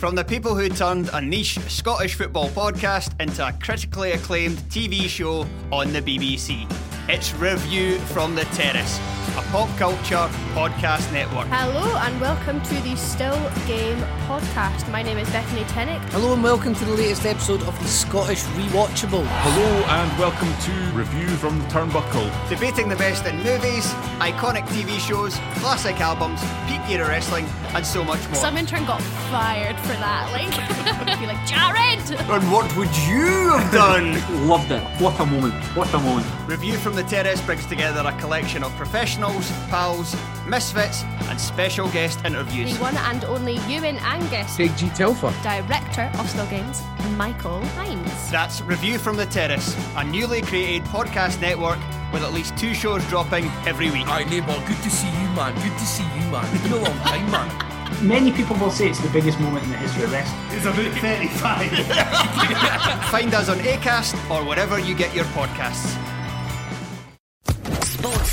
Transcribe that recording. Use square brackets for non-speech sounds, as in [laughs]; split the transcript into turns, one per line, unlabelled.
From the people who turned a niche Scottish football podcast into a critically acclaimed TV show on the BBC, it's Review from the Terrace, a pop culture podcast network.
Hello and welcome to the Still Game podcast. My name is Bethany Tennick.
Hello and welcome to the latest episode of the Scottish Rewatchable.
Hello and welcome to Review from the Turnbuckle.
Debating the best in movies, iconic TV shows, classic albums, peak era wrestling, and so much more.
Some intern got fired for that. Like, [laughs] be like, Jared!
and what would you have [laughs] done?
Loved it. What a moment. What a moment.
Review from the Terrace brings together a collection of professionals, pals, misfits, and special guest
The
interviews.
one and only Ewan Angus,
Big G Telfer.
director of Still Games, Michael Hines.
That's Review from the Terrace, a newly created podcast network with at least two shows dropping every week.
Hi, neighbour. Good to see you, man. Good to see you, man. It's been a long time, man.
Many people will say it's the biggest moment in the history of wrestling. It's
[laughs]
about 35.
Find us on ACAST or wherever you get your podcasts.
Sports